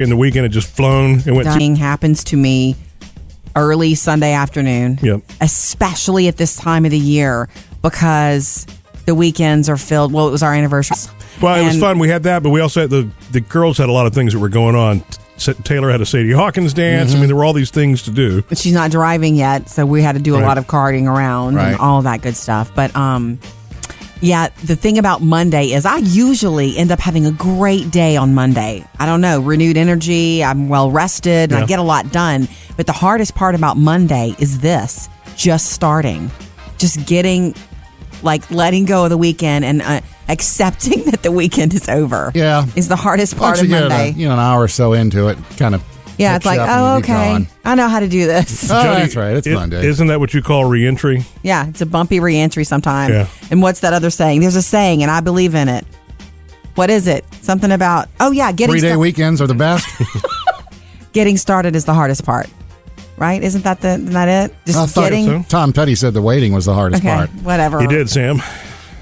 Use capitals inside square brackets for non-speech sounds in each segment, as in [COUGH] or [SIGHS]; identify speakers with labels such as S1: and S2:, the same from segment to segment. S1: in the weekend. It just flown. It went. Through.
S2: Dying happens to me early Sunday afternoon,
S1: Yep.
S2: especially at this time of the year because the weekends are filled. Well, it was our anniversary.
S1: Well, it was
S2: And-
S1: fun. We had that, but we also had the the girls had a lot of things that were going on. T- Taylor had a Sadie Hawkins dance.
S2: Mm-hmm.
S1: I mean, there were all these things to do.
S2: But she's not driving yet, so we had to do
S1: Right.
S2: a lot of carting around
S3: Right.
S2: and all that good stuff. But um yeah, the thing about Monday is I usually end up having a great day on Monday. I don't know, renewed energy, I'm well rested, and
S1: Yeah.
S2: I get a lot done. But the hardest part about Monday is this, just starting. Just getting like letting go of the weekend and uh, accepting [LAUGHS] that the weekend is over.
S3: Yeah.
S2: Is the hardest part
S3: Once you
S2: of
S3: get it,
S2: Monday.
S3: uh, you know, an hour or so into it, kind of.
S2: yeah, it's like, "Oh, okay. I know how to do this."
S3: Oh,
S1: Jody,
S3: that's right. It's
S1: i-
S3: Monday.
S1: Isn't that what you call reentry?
S2: Yeah, it's a bumpy reentry sometimes.
S1: Yeah.
S2: And what's that other saying? There's a saying, and I believe in it. What is it? Something about oh yeah, getting
S3: Three day
S2: sta-
S3: weekends are the best. [LAUGHS]
S2: getting started is the hardest part, right? Isn't that the isn't that it? Just
S3: I thought
S2: getting
S1: so.
S3: Tom Petty said the waiting was the hardest
S2: okay,
S3: part.
S2: whatever.
S1: He did, Sam.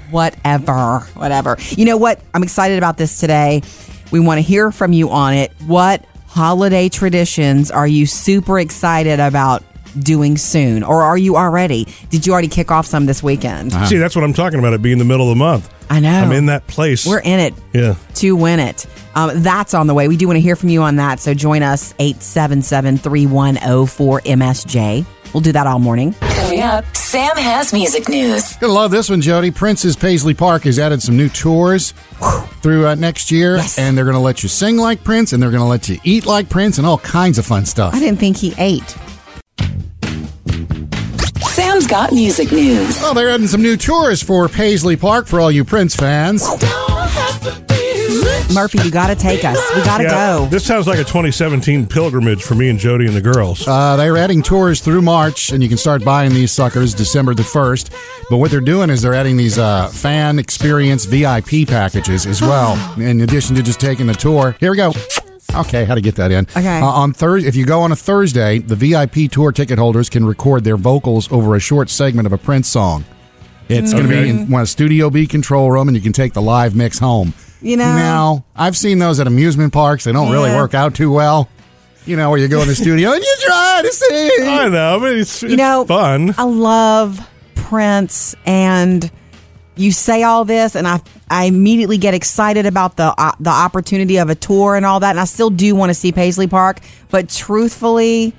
S2: whatever, whatever. You know what? I'm excited about this today. We want to hear from you on it. What holiday traditions are you super excited about doing soon, or are you already? Did you already kick off some this weekend?
S1: See, that's what I'm talking about. It being the middle of the month.
S2: I know.
S1: Uh-huh. I'm in that place.
S2: We're in it.
S1: Yeah.
S2: to win it. Um, that's on the way. We do want to hear from you on that. So join us 877 3104 MSJ. We'll do that all morning.
S4: Coming up, Sam has music news.
S3: Gonna love this one, Jody. Prince's Paisley Park has added some new tours through uh, next year,
S2: Yes.
S3: and they're gonna let you sing like Prince, and they're gonna let you eat like Prince, and all kinds of fun stuff.
S2: I didn't think he ate.
S4: Sam's got music news.
S3: Well, they're adding some new tours for Paisley Park for all you Prince fans.
S2: Murphy, you got to take us. We got to
S1: Yeah.
S2: go.
S1: This sounds like a 2017 pilgrimage for me and Jody and the girls.
S3: Uh, they're adding tours through March, and you can start buying these suckers December the 1st. But what they're doing is they're adding these uh, fan experience VIP packages as well,
S2: [GASPS]
S3: in addition to just taking the tour. Here we go. Okay, how to get that in.
S2: Okay.
S3: Uh, on Thursday, if you go on a Thursday, the VIP tour ticket holders can record their vocals over a short segment of a Prince song. It's going to be in one of Studio B control room, and you can take the live mix home.
S2: You know-
S3: now I've seen those at amusement parks. They don't really
S2: Yeah.
S3: work out too well. You know, where you go in the studio and you try to sing.
S1: I know, but it's, it's
S2: you know,
S1: fun.
S2: I love Prince, and you say all this, and I I immediately get excited about the uh, the opportunity of a tour and all that, and I still do want to see Paisley Park, but truthfully,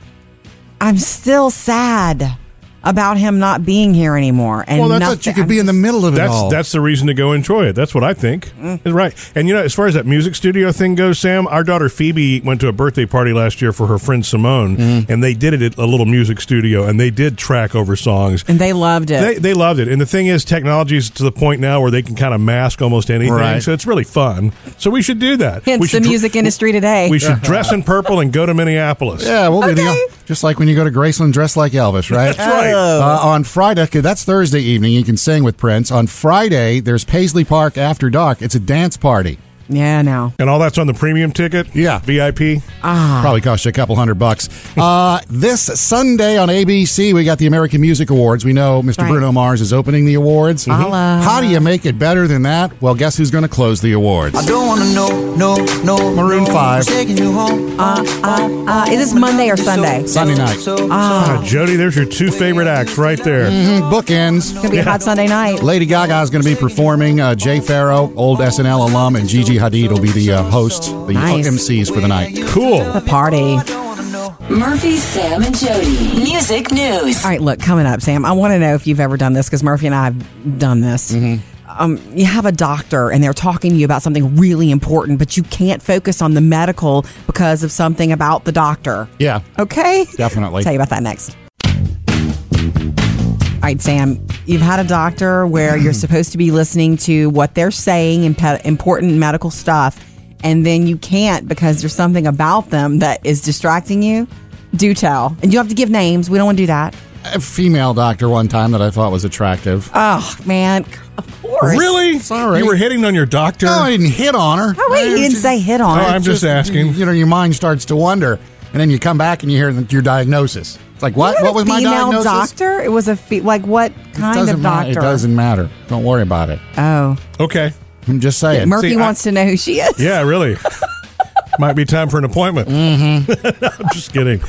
S2: I'm still sad about him not being here anymore. And
S3: Well, I
S2: nothing-
S3: thought you could be in the
S2: I'm
S3: middle of it
S1: That's
S3: all. Mm.
S1: that's the reason to go enjoy it. That's what I think. That's Right. And you know, as far as that music studio thing goes, Sam, our daughter Phoebe went to a birthday party last year for her friend Simone,
S3: Mm.
S1: and they did it at a little music studio, and they did track over songs.
S2: just- and they loved it.
S1: They, they loved it. And the thing is, technology is to the point now where they can kind of mask almost anything.
S3: Right.
S1: So it's really fun. So we should do that.
S2: Hence
S1: we
S2: the
S1: should dr-
S2: music industry today.
S1: We
S3: [LAUGHS]
S1: should dress in purple and go to Minneapolis.
S3: yeah, we'll be
S2: Okay.
S3: the, just like when you go to Graceland dressed like Elvis, right?
S1: That's right.
S3: Uh, on Friday, 'cause that's Thursday evening. You can sing with Prince. On Friday, there's Paisley Park after dark. It's a dance party.
S2: yeah, no.
S1: And all that's on the premium ticket?
S3: Yeah.
S1: VIP?
S3: Probably cost you a couple hundred bucks. Uh, this Sunday on ABC, we got the American Music Awards. We know Mr.
S2: Right.
S3: Bruno Mars is opening the awards.
S2: Holla.
S3: How do you make it better than that? Well, guess who's going to close the awards?
S5: Don't wanna know, no, no.
S3: Maroon
S5: no,
S3: 5.
S5: Taking you home.
S2: Uh, uh, uh, is this Monday or Sunday? It's
S3: Sunday night. Oh.
S1: Ah, Jody, there's your two favorite acts right there.
S3: Mm, Bookends.
S2: gonna be a hot Sunday night.
S3: Lady Gaga is going to be performing. Uh, Jay Farrow, old SNL alum, and Gigi Hadid will be the uh, hosts, the
S2: Nice.
S3: MCs for the night.
S1: Cool.
S2: The party.
S4: Murphy, Sam, and Jody. Music news.
S2: All right, look, coming up, Sam, I want to know if you've ever done this because Murphy and I have done this. Um, you have a doctor and they're talking to you about something really important, but you can't focus on the medical because of something about the doctor.
S3: Yeah.
S2: Okay?
S3: Definitely.
S2: tell you about that next. All right, Sam, you've had a doctor where you're supposed to be listening to what they're saying and pe- important medical stuff, and then you can't because there's something about them that is distracting you. Do tell. And you have to give names. We don't want to do that.
S3: A female doctor one time that I thought was attractive.
S2: Oh, man. Of course.
S1: Really?
S3: Sorry.
S1: You were hitting on your doctor?
S3: No, I didn't hit on her.
S2: Oh, wait, you didn't say hit on.
S1: Oh,
S2: her.
S1: I'm just asking.
S3: You know, your mind starts to wonder, and then you come back and you hear your diagnosis. It's like, what?
S2: Was it
S3: What
S2: a
S3: was my
S2: female
S3: diagnosis?
S2: doctor? It was a fe- like what
S3: It
S2: kind
S3: doesn't
S2: of
S3: ma-
S2: doctor?
S3: it doesn't matter. Don't worry about it.
S2: Oh,
S1: Okay.
S3: I'm just saying.
S2: Murphy
S1: See, I-
S3: [LAUGHS]
S2: wants to know who she is.
S1: Yeah, really. might be time for an appointment. Mm-hmm. [LAUGHS] I'm just kidding.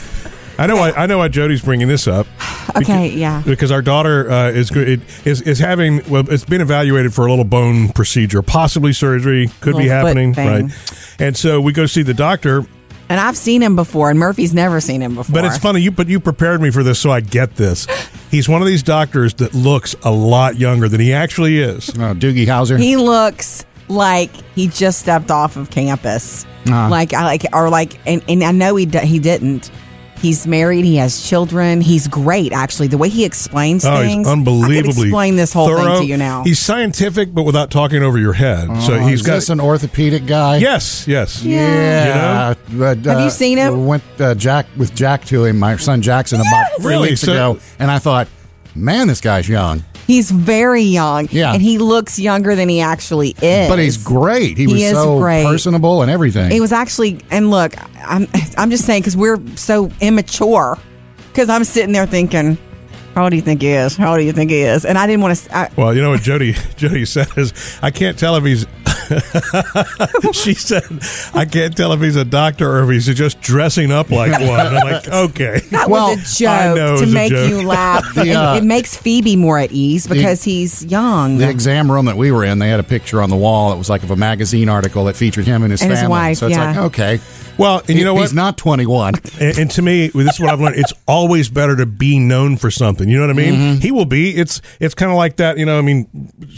S1: I know. I, I know why Jody's bringing this up.
S2: [SIGHS] Okay, yeah.
S1: Because our daughter uh, is go- it- is is having well, it's been evaluated for a little bone procedure, possibly surgery, could be
S2: Little foot
S1: happening,
S2: thing.
S1: right? And so we go see the doctor,
S2: And I've seen him before, and Murphy's never seen him before.
S1: But it's funny you but you prepared me for this, so I get
S2: [GASPS]
S1: this. He's one of these doctors that looks a lot younger than he actually is.
S3: Oh, Doogie Howser.
S2: He looks like he just stepped off of campus. Like I like or like and, and I know he d- he didn't. He's married. He has children. He's great, actually. The way he explains
S1: Oh, he's
S2: things, I could
S1: unbelievably
S2: explain this whole
S1: thorough.
S2: thing to you now.
S1: He's scientific, but without talking over your head. so
S3: Oh,
S1: he's
S3: is
S1: got
S3: this an orthopedic
S1: [LAUGHS]
S3: guy?
S1: yes, yes.
S3: Yeah. But,
S2: Have you seen him?
S3: we Went uh, Jack with Jack to him, my son Jackson, about three
S1: Really?
S3: weeks
S1: So-
S3: ago, and I thought, man, this guy's young,
S2: He's very young,
S3: Yeah.
S2: and he looks younger than he actually is.
S3: but he's great.
S2: He
S3: He, was
S2: is
S3: so
S2: great.
S3: personable and everything.
S2: It was actually, and look, I'm I'm just saying because we're so immature. Because I'm sitting there thinking, how old do you think he is? How old do you think he is? And I didn't want to.
S1: Well, you know what Jody [LAUGHS] Jody says. I can't tell if he's. [LAUGHS] she said, "I can't tell if he's a doctor or if he's just dressing up like one." I'm like,
S2: [LAUGHS]
S1: okay.
S2: That
S3: Well,
S2: was a
S1: I know it
S2: joke
S1: was
S2: to
S1: a
S2: make
S1: joke.
S2: you laugh.
S1: [LAUGHS]
S3: The, uh,
S2: it, it makes Phoebe more at ease because he's young.
S3: the exam room that we were in, they had a picture on the wall that was like of a magazine article that featured him and his
S2: And his
S3: family.
S2: wife,
S3: so it's
S2: yeah.
S3: like, okay,
S1: Well, and you know what?
S3: He's
S2: [LAUGHS]
S3: not 21.
S1: And, and to me, this is what I've learned. It's always better to be known for something. You know what I mean? He will be. It's it's kind of like that. You know, I mean,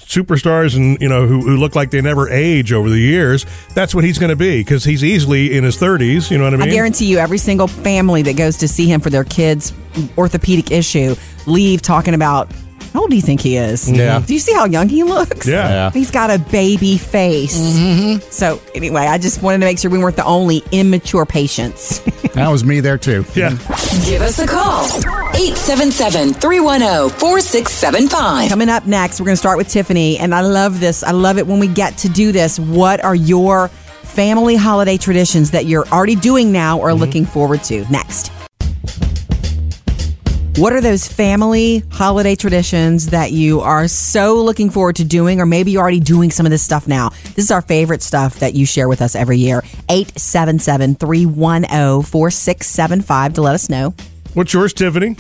S1: superstars and you know who, who look like they never age over the years. That's what he's going to be because he's easily in his thirties. You know what I mean?
S2: I guarantee you, every single family that goes to see him for their kids' orthopedic issue leave talking about how old do you think he is?
S3: Yeah.
S2: Do you see how young he looks?
S1: Yeah. Mm-hmm.
S3: Yeah.
S2: He's got a baby face. So anyway, I just wanted to make sure we weren't the only immature patients.
S3: That was me there too.
S1: Yeah.
S4: Give us a call. 877 310 4675.
S2: Coming up next, we're going to start with Tiffany, and I love this. I love it when we get to do this. What are your family holiday traditions that you're already doing now or looking forward to? Next. What are those family holiday traditions that you are so looking forward to doing, or maybe you're already doing some of this stuff now? This is our favorite stuff that you share with us every year. 877 310 4675 to let us know.
S1: What's yours, Tiffany?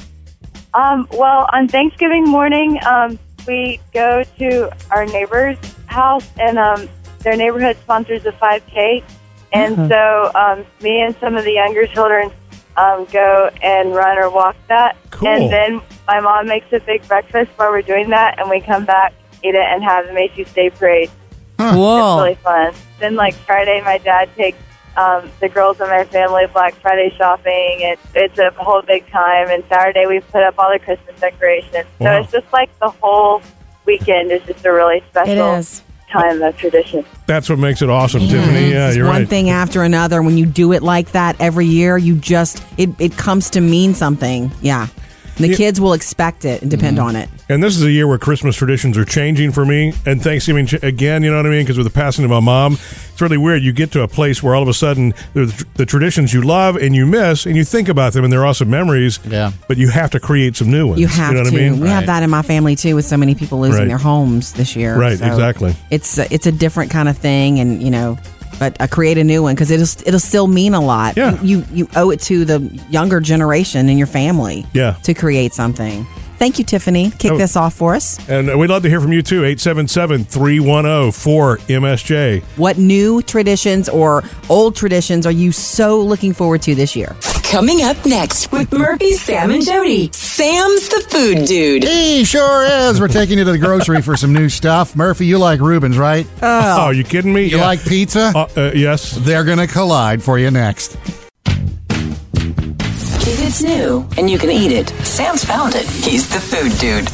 S6: Um, well, on Thanksgiving morning, um, we go to our neighbor's house, and um, their neighborhood sponsors a 5K. And so um, me and some of the younger children um, go and run or walk that.
S1: Cool.
S6: And then my mom makes a big breakfast while we're doing that, and we come back, eat it, and have the Macy's Day Parade.
S2: Whoa.
S6: It's really fun. Then, like Friday, my dad takes um, the girls in my family Black Friday shopping, and it's a whole big time. And Saturday, we put up all the Christmas decorations. So
S1: Wow.
S6: it's just like the whole weekend is just a really special
S2: It is.
S6: time of tradition.
S1: That's what makes it awesome, Tiffany. Yeah,
S2: It's
S1: you're
S2: one
S1: right.
S2: thing after another. When you do it like that every year, you just it, it comes to mean something. Yeah. The
S1: Yeah. Mm-hmm.
S2: kids will expect it and depend on it.
S1: And this is a year where Christmas traditions are changing for me, and Thanksgiving ch- again. You know what I mean? Because with the passing of my mom, it's really weird. You get to a place where all of a sudden the, the traditions you love and you miss, and you think about them, and they're awesome memories.
S3: Yeah.
S1: But you have to create some new ones.
S2: You have
S1: know
S2: to.
S1: what I mean?
S2: We have that in my family too, with so many people losing
S1: Right.
S2: their homes this year.
S1: Right,
S2: So
S1: exactly.
S2: It's a, it's a different kind of thing, and you know, but I create a new one because it'll it'll still mean a lot.
S1: Yeah.
S2: You you owe it to the younger generation and your family.
S1: Yeah.
S2: To create something. Thank you, Tiffany. Kick
S1: Oh.
S2: this off for us.
S1: And we'd love to hear from you too. 877 310 4MSJ.
S2: What new traditions or old traditions are you so looking forward to this year?
S4: Coming up next with Murphy, Sam, and Jody. Sam's the food dude.
S3: He sure is. We're taking you to the grocery for some new stuff. Murphy, you like Rubens, right?
S2: Uh,
S1: Oh, you kidding me?
S3: you
S1: Yeah.
S3: like pizza?
S1: Uh, uh, yes.
S3: They're going to collide for you next.
S4: If it's new and you can eat it, Sam's found it. He's the food dude.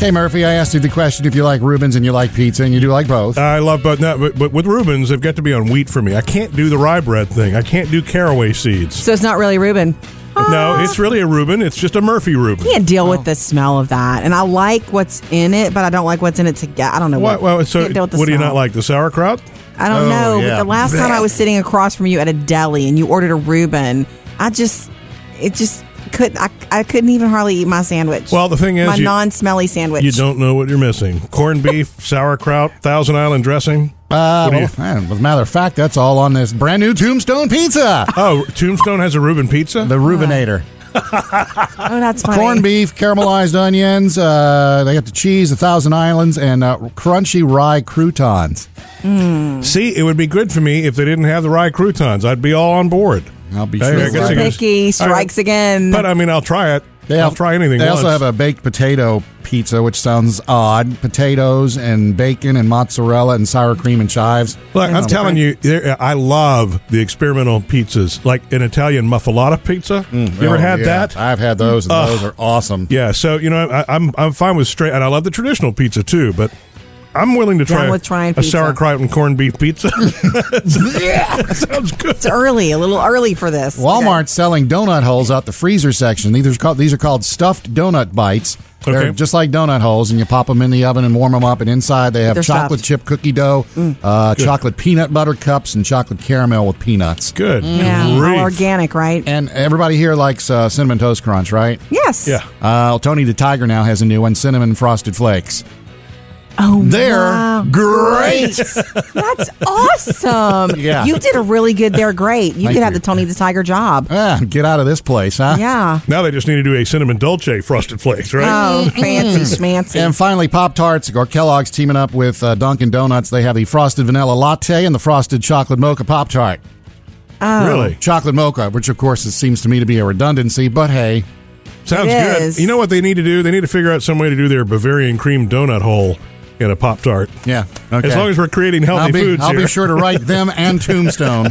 S3: Hey, Murphy, I asked you the question if you like Rubens and you like pizza, and you do like both.
S1: I love both. No, but, but with Rubens, they've got to be on wheat for me. I can't do the rye bread thing. I can't do caraway seeds.
S2: So it's not really Reuben.
S1: No, it's really a Reuben. It's just a Murphy Reuben.
S2: Can't deal
S1: Oh.
S2: with the smell of that, and I like what's in it, but I don't like what's in it together. I don't know
S1: What,
S2: what.
S1: well, so
S2: can't deal
S1: what
S2: with the
S1: do you
S2: smell.
S1: not like? The sauerkraut?
S2: I don't
S3: Oh,
S2: know.
S3: yeah.
S2: But the last time I was sitting across from you at a deli and you ordered a Reuben, I just it just couldn't. I, I couldn't even hardly eat my sandwich.
S1: Well, the thing is,
S2: my
S1: you-
S2: non-smelly sandwich. [LAUGHS]
S1: You don't know what you're missing. Corned beef, sauerkraut, Thousand Island dressing.
S3: Uh,
S1: do you-
S3: well, man, as a matter of fact, that's all on this brand new Tombstone Pizza.
S1: Oh, Tombstone has a Reuben pizza.
S3: The Rubinator.
S2: Oh, that's funny.
S3: Corned beef, caramelized onions. Uh, they got the cheese, the Thousand Islands, and uh, crunchy rye croutons.
S1: See, it would be good for me if they didn't have the rye croutons. I'd be all on board.
S3: I'll be
S1: Hey,
S3: sure.
S1: I guess I
S2: Mr.
S1: gotta-
S2: Picky strikes
S1: I-
S2: again.
S1: But [LAUGHS] I mean, I'll try it. I'll
S3: al-
S1: try anything.
S3: They
S1: once.
S3: also have a baked potato pizza, which sounds odd. Potatoes and bacon and mozzarella and sour cream and chives.
S1: Look, I'm telling you, there- I love the experimental pizzas, like an Italian muffalata pizza. you ever
S3: Oh,
S1: had
S3: yeah.
S1: that?
S3: I've had those, and those are awesome.
S1: yeah. So you know, I, I'm I'm fine with straight, and I love the traditional pizza too. But I'm willing to
S2: Down
S1: try
S2: with trying
S1: a
S2: pizza.
S1: sauerkraut and corned beef pizza. [LAUGHS] yeah, sounds good.
S2: it's early, a little early for this.
S3: Walmart's selling donut holes out the freezer section. These are called, these are called stuffed donut bites. They're
S1: Okay.
S3: just like donut holes, and you pop them in the oven and warm them up. And inside, they have
S2: They're
S3: chocolate
S2: stuffed. Mm.
S3: chip cookie dough, uh, chocolate peanut butter cups, and chocolate caramel with peanuts.
S1: Good.
S2: Yeah,
S1: grief.
S2: all organic, right?
S3: And everybody here likes uh, cinnamon toast crunch, right?
S2: Yes.
S1: Yeah.
S3: Uh, Tony the Tiger now has a new one, cinnamon frosted flakes.
S2: Oh,
S3: They're
S2: wow.
S3: great.
S2: That's awesome.
S3: [LAUGHS] Yeah.
S2: You did a really good. They're great. You
S3: Thank
S2: could have
S3: you.
S2: the Tony the Tiger job.
S3: [LAUGHS] Ah, get out of this place, huh?
S2: Yeah.
S1: Now they just need to do a cinnamon dolce frosted flakes, right?
S2: Oh, fancy schmancy.
S3: And finally, Pop Tarts or Kellogg's teaming up with uh, Dunkin' Donuts. They have the frosted vanilla latte and the frosted chocolate mocha Pop Tart.
S2: Oh.
S1: Really?
S3: Chocolate mocha, which of course it seems to me to be a redundancy, but hey,
S1: Sounds
S2: It
S1: good.
S2: is.
S1: You know what they need to do? They need to figure out some way to do their Bavarian cream donut hole in a Pop Tart.
S3: yeah. Okay.
S1: As long as we're creating healthy
S3: I'll be,
S1: foods
S3: I'll
S1: here.
S3: be sure to write them and Tombstone.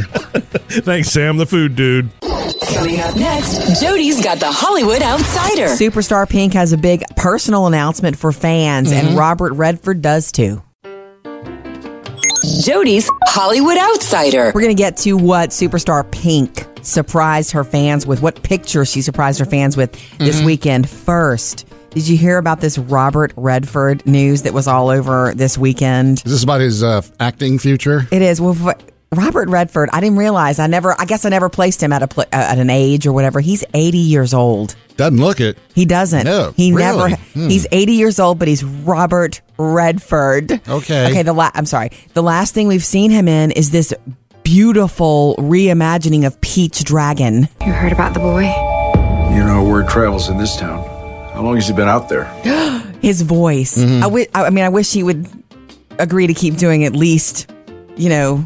S1: [LAUGHS] Thanks, Sam, the food dude.
S4: Coming up next, Jody's got the Hollywood Outsider.
S2: Superstar Pink has a big personal announcement for fans,
S3: Mm-hmm.
S2: and Robert Redford does too.
S4: Jody's Hollywood Outsider.
S2: We're going to get to what superstar Pink surprised her fans with, what picture she surprised her fans with this
S3: Mm-hmm.
S2: weekend. First, did you hear about this Robert Redford news that was all over this weekend?
S3: Is this about his uh, acting future?
S2: It is. Well, for- Robert Redford, I didn't realize. I never, I guess I never placed him at a pl- at an age or whatever. He's 80 years old.
S3: Doesn't look it.
S2: He doesn't.
S3: No,
S2: he
S3: really?
S2: never.
S3: Hmm.
S2: He's 80 years old, but he's Robert Redford.
S3: Okay.
S2: Okay. The la- I'm sorry. The last thing we've seen him in is this beautiful reimagining of Peach Dragon.
S7: You heard about the boy?
S8: You know, word travels in this town. How long has he been out there?
S2: His voice. I
S3: Mm-hmm.
S2: wi- I I mean, I wish he would agree to keep doing at least, you know,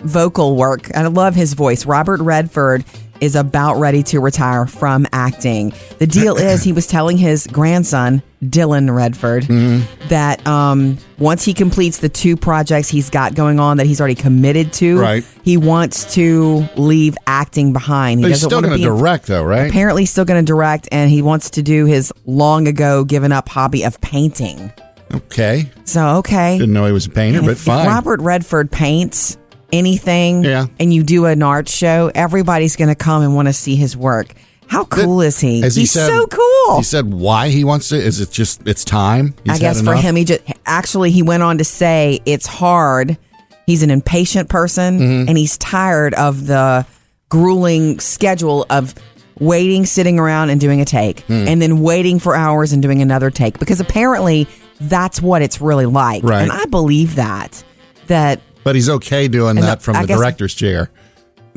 S2: vocal work. I love his voice. Robert Redford is about ready to retire from acting. The deal is he was telling his grandson, Dylan Redford,
S3: Mm-hmm.
S2: that um, once he completes the two projects he's got going on that he's already committed to,
S3: Right.
S2: he wants to leave acting behind. He
S3: But he's
S2: doesn't
S3: still
S2: want
S3: going to
S2: be in-
S3: direct, though, right?
S2: apparently still going to direct and he wants to do his long ago given up hobby of painting.
S3: Okay.
S2: So, okay.
S3: Didn't know he was a painter,
S2: And
S3: but
S2: if, if
S3: fine.
S2: Robert Redford paints anything
S3: Yeah.
S2: and you do an art show, everybody's going to come and want to see his work. How cool is he?
S3: Has he
S2: He's
S3: said-
S2: so cool.
S3: He said why he wants to. Is it just it's time? He's
S2: I guess
S3: had
S2: for
S3: enough?
S2: him, he just actually he went on to say it's hard. He's an impatient person,
S3: Mm-hmm.
S2: and he's tired of the grueling schedule of waiting, sitting around, and doing a take,
S3: Hmm.
S2: and then waiting for hours and doing another take. Because apparently, that's what it's really like,
S3: Right.
S2: and I believe that that
S3: But he's okay doing
S2: And
S3: that
S2: the-
S3: from
S2: I
S3: the
S2: guess-
S3: director's chair.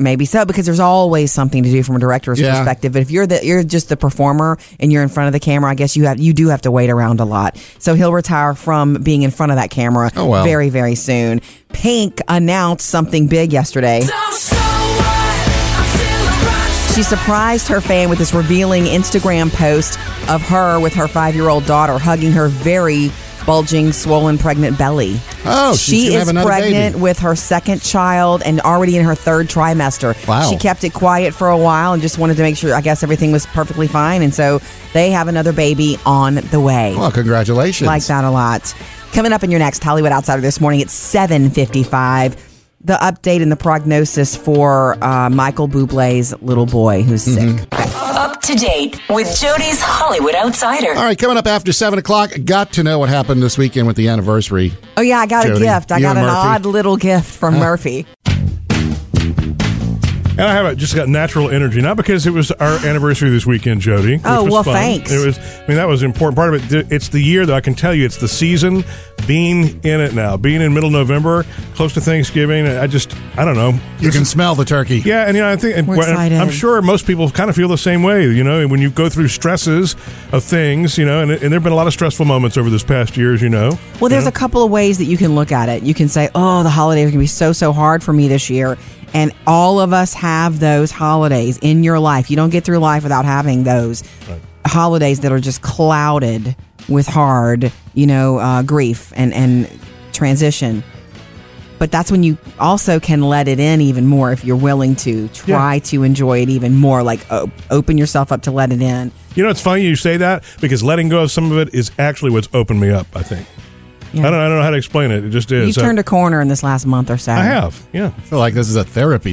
S2: maybe so because there's always something to do from a director's
S3: Yeah.
S2: perspective but if you're the you're just the performer and you're in front of the camera i guess you have you do have to wait around a lot so he'll retire from being in front of that camera
S3: Oh, well.
S2: very very soon pink announced something big yesterday she surprised her fan with this revealing Instagram post of her with her five year old daughter hugging her very bulging, swollen, pregnant belly.
S3: Oh, she's
S2: she
S3: gonna have
S2: is
S3: another baby.
S2: pregnant with her second child and already in her third trimester.
S3: Wow.
S2: She kept it quiet for a while and just wanted to make sure, I guess, everything was perfectly fine. And so they have another baby on the way.
S3: Well, congratulations.
S2: Like that a lot. Coming up in your next Hollywood Outsider this morning at 7:55, the update and the prognosis for uh, Michael Bublé's little boy who's
S3: Mm-hmm.
S2: sick.
S4: Up to date with Jody's Hollywood Outsider.
S3: All right, coming up after seven o'clock. Got to know what happened this weekend with the anniversary.
S2: Oh yeah, I got
S3: Jody,
S2: a gift. I
S3: you
S2: got
S3: and
S2: an
S3: Murphy.
S2: odd little gift from Murphy.
S1: And I have uh, just got natural energy, not because it was our anniversary this weekend, Jody. which
S2: Oh,
S1: was
S2: well,
S1: fun.
S2: thanks.
S1: It was. I mean, that was an important part of it. Th- It's the year, though. I can tell you, it's the season. Being in it now, being in middle November, close to Thanksgiving. I just, I don't know.
S3: You can smell the turkey.
S1: Yeah, and you know, I think and
S2: We're
S1: well,
S2: excited.
S1: I'm sure most people kind of feel the same way. You know, when you go through stresses of things, you know, and, and there have been a lot of stressful moments over this past year, as you know.
S2: Well, there's a couple of ways that you can look at it. You can say, oh, the holidays are going to be so, so hard for me this year. And all of us have those holidays in your life. You don't get through life without having those holidays that are just clouded with hard, you know, uh, grief and, and transition. But that's when you also can let it in even more if you're willing to try to enjoy it even more. Like o- open yourself up to let it in.
S1: You know, it's funny you say that because letting go of some of it is actually what's opened me up. I think.
S2: Yeah.
S1: I don't. I don't know how to explain it. It just is.
S2: You've turned a corner in this last month or so.
S1: I have. Yeah.
S3: I feel like this is a therapy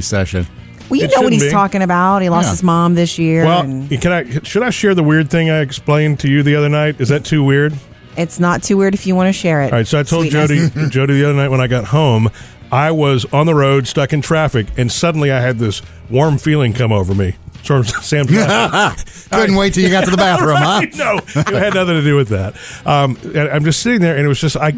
S1: [LAUGHS]
S3: session.
S2: Well, you
S1: It
S2: know
S1: shouldn't
S2: what he's
S1: be.
S2: talking about. He lost
S3: Yeah.
S2: his mom this year.
S1: Well,
S2: and
S1: can I? Should I share the weird thing I explained to you the other night? Is that too weird?
S2: it's not too weird if you want to share it.
S1: All right, so I told
S2: Sweetness.
S1: Jody Jody the other night when I got home, I was on the road stuck in traffic, and suddenly I had this warm feeling come over me. Sort of [LAUGHS] Sam.
S3: [LAUGHS] Couldn't wait till you got to
S1: [LAUGHS]
S3: the bathroom, huh?
S1: no, it had nothing to do with that. Um, and I'm just sitting there, and it was just I,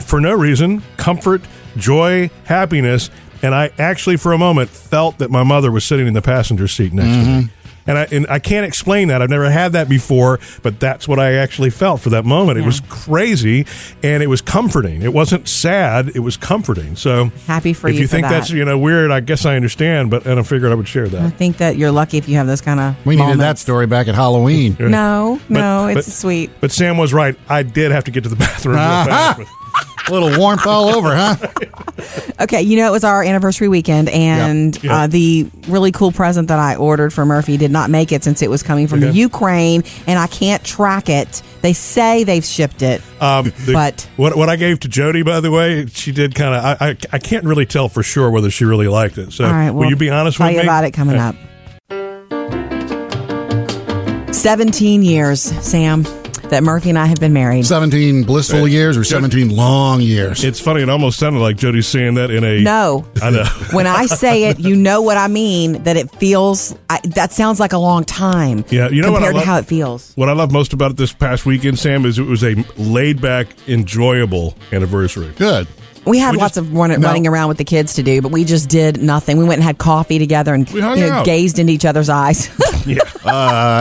S1: for no reason, comfort, joy, happiness, and I actually for a moment felt that my mother was sitting in the passenger seat next to me. And I, and I can't explain that. I've never had that before, but that's what I actually felt for that moment. It
S2: Yeah.
S1: was crazy and it was comforting. It wasn't sad, it was comforting. So
S2: Happy for
S1: if
S2: you
S1: you
S2: for
S1: think
S2: that.
S1: that's you know weird, I guess I understand, but and I figured I would share
S2: I
S1: that.
S2: think that you're lucky if you have those kind of.
S3: We needed that story back at Halloween.
S2: No, no,
S1: But-
S2: it's
S1: but-
S2: sweet.
S1: But Sam was right. I did have to get to the [LAUGHS] bathroom.
S2: [LAUGHS]
S1: real fast.
S3: A little warmth all
S1: [LAUGHS]
S3: over, huh?
S2: Okay, you know it was our anniversary weekend, and
S1: Yeah.
S2: Uh, the really cool present that I ordered for Murphy did not make it since it was coming from the
S1: Okay.
S2: Ukraine, and I can't track it. They say they've shipped it.
S1: Um, the-
S2: But-
S1: what what I gave to Jody, by the way, she did kind of. I, I I can't really tell for sure whether she really liked it. So,
S2: All right,
S1: will
S2: well,
S1: you be honest
S2: tell
S1: with
S2: you
S1: me
S2: about it coming up. 17 years, Sam, that Murphy and I have been married.
S3: 17 blissful years or 17 long years.
S1: It's funny. It almost sounded like Jody's saying that in a.
S2: No.
S1: I know. [LAUGHS]
S2: When I say it, you know what I mean. That it feels. I, that sounds like a long time.
S1: Yeah, you know what I
S2: compared
S1: love-
S2: to how it feels.
S1: What I love most about it this past weekend, Sam, is it was a laid back, enjoyable anniversary.
S3: Good.
S2: We had
S1: We
S2: lots
S1: just-
S2: of run,
S3: No.
S2: running around with the kids to do, but we just did nothing. We went and had coffee together and
S1: We hung
S2: you know,
S1: out.
S2: gazed into each other's eyes. [LAUGHS]
S1: Yeah.
S3: Uh,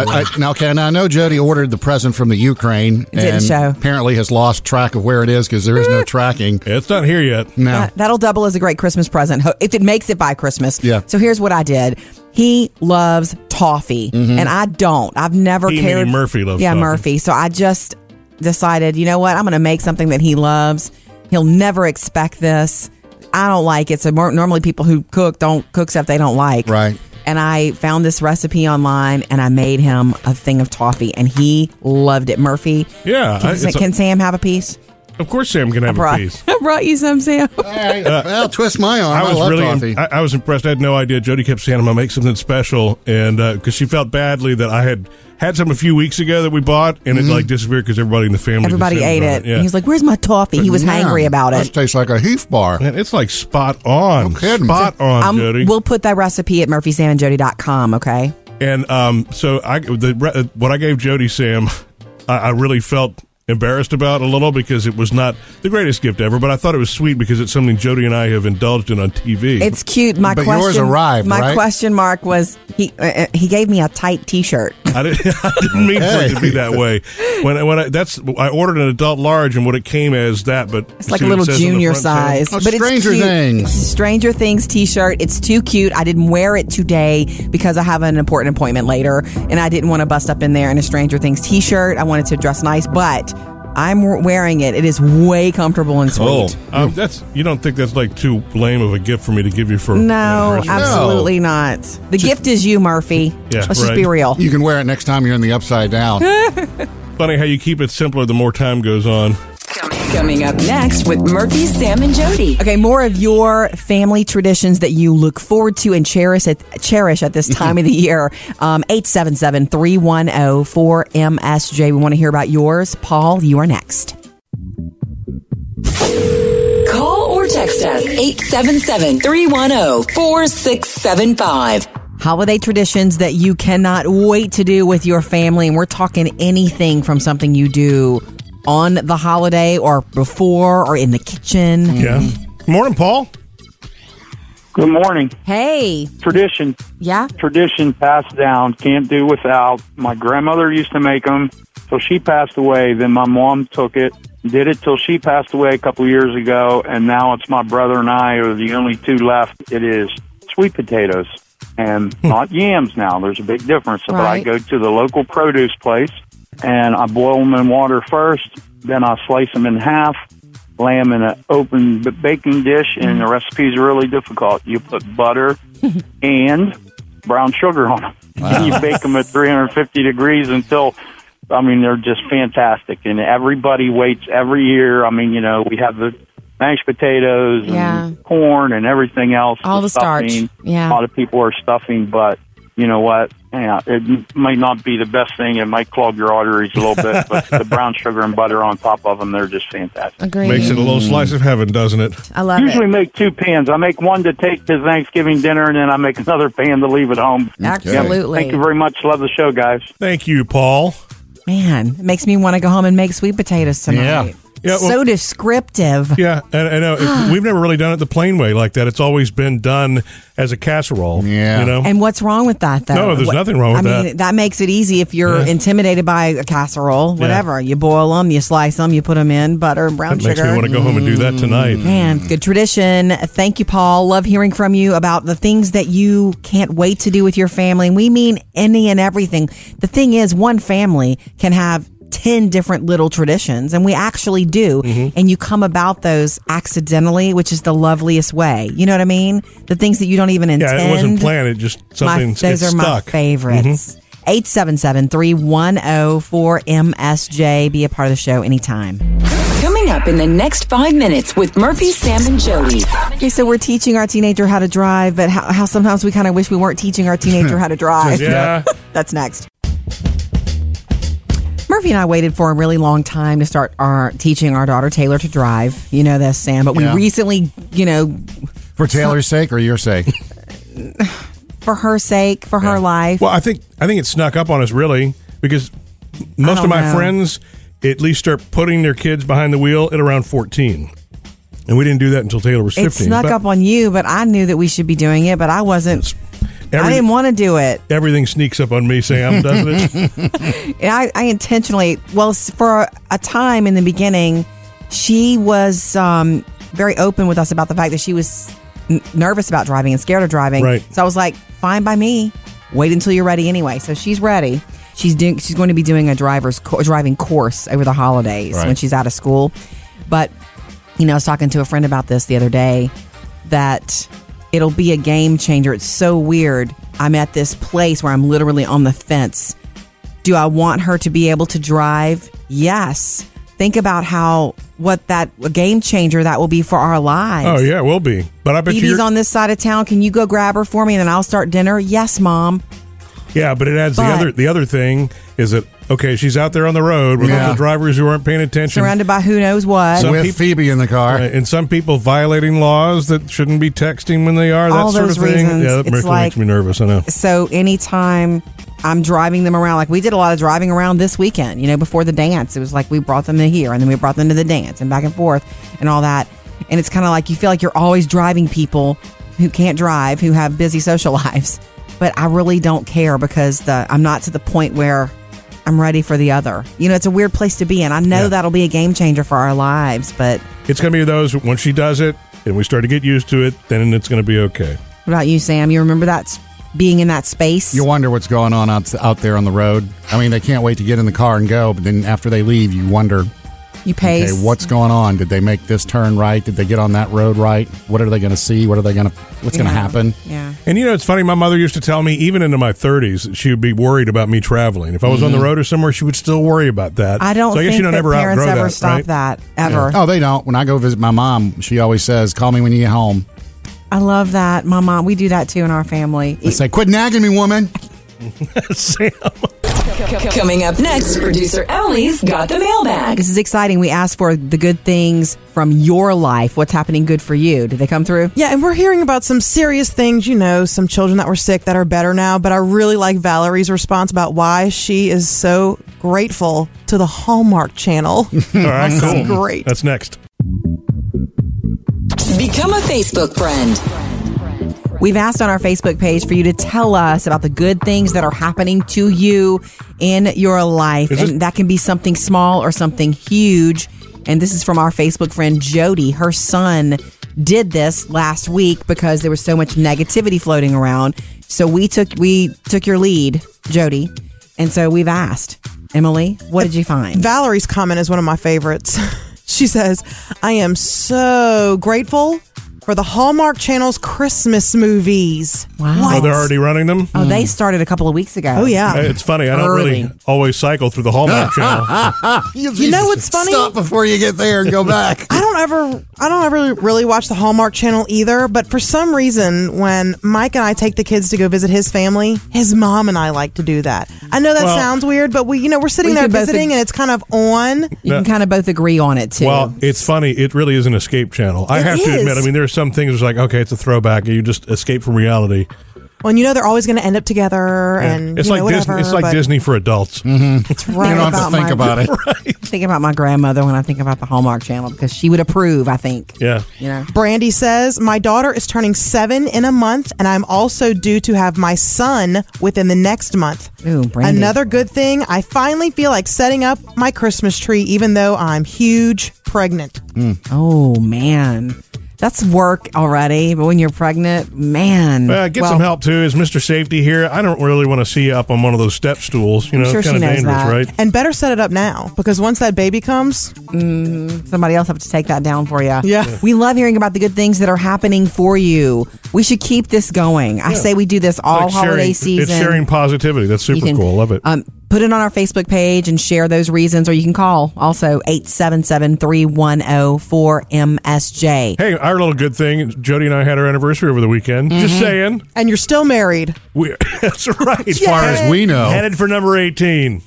S3: I, now, Ken, I know Jody ordered the present from the Ukraine and
S2: didn't show.
S3: apparently has lost track of where it is because there
S2: [LAUGHS]
S3: is no tracking.
S1: it's not here yet.
S3: No.
S2: That, will double as a great Christmas present ho- if it makes it by Christmas.
S3: Yeah.
S2: So here's what I did. He loves toffee, and I don't. I've never
S1: Mm-hmm. He,
S2: cared.
S1: meaning Murphy, loves
S2: yeah,
S1: toffee.
S2: Murphy. So I just decided, you know what? I'm going to make something that he loves. He'll never expect this. I don't like it. So mor- normally people who cook don't cook stuff they don't like.
S3: Right.
S2: And I found this recipe online, and I made him a thing of toffee, and he loved it. Murphy.
S1: Yeah,
S2: Can,
S1: I- it's a-
S2: can Sam have a piece?
S1: Of course, Sam can have a
S2: brought, [LAUGHS]
S1: piece.
S2: I brought you some, Sam.
S3: All right. well, twist my arm. I,
S1: Uh, I was
S3: love
S1: really,
S3: coffee.
S1: I, I was impressed. I had no idea. Jody kept saying, "I'm gonna make something special," and because she felt badly that I had had some a few weeks ago that we bought, and
S3: Mm-hmm.
S1: it like disappeared because everybody in the family
S2: Everybody
S1: consumed
S2: ate
S1: on
S2: it.
S1: Yeah.
S2: He was like, "Where's my toffee?" He was
S3: Yeah.
S2: hangry about
S3: This
S2: it.
S3: tastes like a heath bar.
S1: Man, it's like spot on,
S3: No kidding.
S1: spot on,
S2: Um,
S1: Jody.
S2: we'll put that recipe at murphysamandjody.com, okay?
S1: and um, so I the re- uh, what I gave Jody Sam, I, I really felt embarrassed about a little because it was not the greatest gift ever, but I thought it was sweet because it's something Jody and I have indulged in on TV.
S2: It's cute. My
S3: But
S2: question,
S3: yours arrived,
S2: My
S3: right?
S2: question mark was he uh, uh, he gave me a tight T-shirt.
S1: I didn't, [LAUGHS] I didn't mean for it to
S3: Okay.
S1: be that way. When I- when I, that's I ordered an adult large and what it came as that, but
S2: It's like a little junior size,
S3: Oh,
S2: but it's
S3: Stranger
S2: cute.
S3: Things.
S2: It's a Stranger Things T-shirt. It's too cute. I didn't wear it today because I have an important appointment later, and I didn't want to bust up in there in a Stranger Things T-shirt. I wanted to dress nice, but I'm wearing it. It is way comfortable and sweet.
S1: Um, that's you don't think that's like too lame of a gift for me to give you for
S2: No,
S1: anniversary?
S2: absolutely not. The gift is you, Murphy.
S1: Yeah,
S2: Let's just
S1: right.
S2: be real.
S3: You can wear it next time you're in the upside down.
S1: Funny how you keep it simpler the more time goes on.
S4: Coming up next with Murphy, Sam, and Jody.
S2: Okay, more of your family traditions that you look forward to and cherish at, cherish
S1: [LAUGHS]
S2: at this time of the year. Um, 877 310 4MSJ. We want to hear about yours. Paul, you are next.
S4: Call or Text us 877 310 4675.
S2: holiday traditions that you cannot wait to do with your family. And we're talking anything from something you do on the holiday or before or in the kitchen.
S1: Yeah. Morning, Paul.
S7: Good morning.
S2: Hey,
S7: Tradition,
S2: yeah.
S7: tradition passed down. Can't do without. My grandmother used to make them till she passed away. Then my mom took it, did it till she passed away a couple years ago, and now it's my brother and I are the only two left. It is sweet potatoes and not yams. Now there's a big difference. But I
S2: Right.
S7: go to the local produce place and I boil them in water first. Then I slice them in half. lay them in an open b- baking dish, and the recipe's really difficult. You put
S2: [LAUGHS]
S7: butter and brown sugar on them, and you bake them at 350 degrees until. I mean, they're just fantastic, and everybody waits every year. I mean, you know, we have the mashed potatoes and
S2: Yeah.
S1: Mm-hmm.
S7: corn and everything else.
S2: All the starch.
S7: stuffing.
S2: Yeah.
S7: a lot of people are stuffing, but you know what? Yeah, it might not be the best thing. It might clog your arteries a little bit, but the brown sugar and butter on top of them, they're just fantastic.
S2: Agreed.
S1: Makes it a little slice of heaven, doesn't it?
S2: I love
S7: usually
S2: it.
S7: make two pans. I make one to take to Thanksgiving dinner, and then I make [LAUGHS] another pan to leave at home.
S2: Absolutely.
S7: Thank you very much. Love the show, guys.
S1: Thank you, Paul.
S2: Man, it makes me want to go home and make sweet potatoes tonight.
S3: Yeah.
S1: Yeah, well-
S2: so descriptive.
S1: Yeah, and I know
S2: Ah.
S1: it- we've never really done it the plain way like that. It's always been done as a casserole.
S3: Yeah.
S1: you know.
S2: And what's wrong with that, though?
S1: No, there's
S2: What-
S1: nothing wrong with
S2: I mean,
S1: that.
S2: that makes it easy if you're
S1: Yeah.
S2: intimidated by a casserole, whatever. You boil them, you slice them, you put them in butter and brown
S1: that
S2: sugar.
S1: makes me want to go home and do that tonight.
S2: Man, good tradition. Thank you, Paul. Love hearing from you about the things that you can't wait to do with your family. And we mean any and everything. The thing is, one family can have 10 different little traditions, and we actually do.
S1: Mm-hmm.
S2: And you come about those accidentally, which is the loveliest way. You know what I mean? The things that you don't even
S1: Yeah,
S2: intend.
S1: it wasn't planned. It just
S2: My-
S1: something
S2: those
S1: it
S2: are my
S1: stuck. Mm-hmm.
S2: favorites. 877 310 msj Be a part of the show anytime.
S4: Coming up in the next five minutes with Murphy, Sam, and Jody.
S2: Okay, so we're teaching our teenager how to drive, but how, how sometimes we kind of wish we weren't teaching our
S1: [LAUGHS]
S2: teenager how to drive.
S1: Yeah.
S2: [LAUGHS] That's next. Murphy and I waited for a really long time to start our teaching our daughter Taylor to drive. You know this, Sam, but
S3: Yeah.
S2: we recently, you know,
S3: For Taylor's sake or your sake?
S2: for her sake, for her life.
S1: Well, I think I think it snuck up on us really because most of
S2: don't
S1: my
S2: know.
S1: friends at least start putting their kids behind the wheel at around 14. And we didn't do that until Taylor was 15.
S2: it snuck
S1: but
S2: up on you, but I knew that we should be doing it, but I wasn't. I
S1: every-
S2: didn't want to do it.
S1: everything sneaks up on me,
S2: [LAUGHS]
S1: Sam, doesn't it?
S2: And I, I intentionally, well, s- for a time in the beginning, she was um, very open with us about the fact that she was n- nervous about driving and scared of driving.
S1: Right.
S2: So I was like, fine by me. Wait until you're ready anyway. So she's ready. She's doing. She's going to be doing a driver's co- driving course over the holidays
S3: Right.
S2: when she's out of school. But you know, I was talking to a friend about this the other day that it'll be a game changer. It's so weird. I'm at this place where I'm literally on the fence. Do I want her to be able to drive? Yes. Think about how what that a game changer that will be for our lives.
S1: oh yeah, it will be. But I bet
S2: BB's
S1: you
S2: on this side of town. Can you go grab her for me and then I'll start dinner? Yes, mom.
S1: Yeah, but it adds the
S2: But-
S1: other the other thing is that okay, she's out there on the road with
S3: Yeah.
S1: all the drivers who aren't paying attention.
S2: Surrounded by who knows what.
S1: Some
S3: With
S1: people-
S3: Phoebe in the car.
S1: Right, and some people violating laws that shouldn't be texting when they are, that
S2: All
S1: sort
S2: those
S1: of thing.
S2: reasons,
S1: yeah, that
S2: it's
S1: really
S2: like-
S1: makes me nervous, I know.
S2: So anytime I'm driving them around, like we did a lot of driving around this weekend, you know, before the dance, it was like we brought them to here and then we brought them to the dance and back and forth and all that. And it's kind of like you feel like you're always driving people who can't drive, who have busy social [LAUGHS] lives. But I really don't care because the I'm not to the point where I'm ready for the other. You know, it's a weird place to be in. I know
S1: Yeah.
S2: that'll be a game changer for our lives, but
S1: It's gonna be those once she does it and we start to get used to it, then it's gonna be okay.
S2: what about you, Sam? You remember that s- being in that space?
S3: You wonder what's going on out, out there on the road. I mean, they can't wait to get in the car and go, but then after they leave, you wonder,
S2: you
S3: okay,
S2: pace.
S3: what's going on? Did they make this turn right? Did they get on that road right? What are they going to see? What are they going to, what's going to
S2: Yeah.
S3: happen?
S2: Yeah.
S1: And you know, it's funny. My mother used to tell me, even into my 30s, that she would be worried about me traveling. If I was on
S9: Mm-hmm.
S1: the road or somewhere, she would still worry about that.
S2: I don't
S1: So I guess
S2: think
S1: you don't
S2: that
S1: ever
S2: parents
S1: outgrow
S2: ever
S1: that,
S2: stop
S1: right?
S2: that ever.
S3: Oh, they don't. When I go visit my mom, she always says, call me when you get home.
S2: I love that, my mom. We do that too in our family.
S3: [LAUGHS]
S9: [LAUGHS]
S3: I say, quit nagging me, woman.
S1: [LAUGHS] Sam.
S4: Coming up next, producer Ellie's got the mailbag.
S2: This is exciting. We asked for the good things from your life. What's happening good for you? Did they come through?
S9: Yeah, and we're hearing about some serious things, you know, some children that were sick that are better now, but I really like Valerie's response about why she is so grateful to the Hallmark
S7: [LAUGHS]
S9: Channel.
S1: All right, cool.
S9: Great.
S1: That's next.
S4: Become a Facebook friend.
S2: We've asked on our Facebook page for you to tell us about the good things that are happening to you in your life.
S1: Is this-
S2: and that can be something small or something huge. And this is from our Facebook friend Jody. Her son did this last week because there was so much negativity floating around. So we took we took your lead, Jody. And so we've asked, Emily, what did you find?
S9: Valerie's comment is one of my favorites. [LAUGHS] she says, I am so grateful for the Hallmark Channel's Christmas movies.
S2: Wow.
S1: Oh,
S9: What?
S1: they're already running them.
S2: Oh, they started a couple of weeks ago.
S9: Oh, yeah.
S1: Hey, It's funny. I don't really
S2: Early.
S1: always cycle through the
S9: [LAUGHS]
S1: Hallmark
S9: Oh,
S1: channel.
S3: You
S9: know what's funny?
S3: Stop before you get there and go back.
S9: I don't ever, I don't ever really watch the Hallmark Channel either. But for some reason, when Mike and I take the kids to go visit his family, his mom and I like to do that. I know that
S1: Well-
S9: sounds weird, but we, you know, we're sitting
S2: We
S9: there
S2: could both
S9: visiting,
S2: ag-
S9: and it's kind of on.
S2: You can kind of both agree on it too.
S1: Well, it's funny. It really is an escape channel. I
S9: It
S1: have to
S9: is.
S1: admit. I mean, there are some things that's like, okay, it's a throwback. You just escape from reality.
S9: Well, and you know, they're always going to end up together, and
S1: it's
S9: you
S1: like
S9: know,
S1: Disney.
S9: whatever,
S1: It's like
S9: but
S1: Disney for adults.
S9: It's right
S3: You don't have
S9: about
S3: to think
S9: my-
S3: about it.
S2: think about my grandmother when I think about the Hallmark Channel because she would approve. I think.
S1: Yeah.
S2: You know.
S9: Brandy says, My daughter is turning seven in a month, and I'm also due to have my son within the next month.
S2: Ooh, Brandy.
S9: Another good thing, I finally feel like setting up my Christmas tree, even though I'm huge pregnant.
S2: Oh man, that's work already. But when you're pregnant, man,
S1: Uh, get
S2: Well,
S1: some help too. Is Mister Safety here? I don't really want to see you up on one of those step stools. You know,
S2: sure she
S1: kind of
S2: knows
S1: dangerous,
S2: that.
S1: right?
S9: And better set it up now because once that baby comes,
S2: Somebody else have to take that down for you.
S9: Yeah.
S2: we love hearing about the good things that are happening for you. We should keep this going. I say we do this all
S1: Like
S2: holiday
S1: sharing,
S2: season.
S1: It's sharing positivity. That's super
S2: You can,
S1: cool. I love it.
S2: Um, put it on our Facebook page and share those reasons, or you can call also 877 310 4MSJ.
S1: hey, our little good thing. Jody and I had our anniversary over the weekend.
S2: Mm-hmm.
S1: Just saying.
S9: and you're still married.
S1: We, [LAUGHS] that's right. As
S3: far as we know.
S1: headed for number eighteen.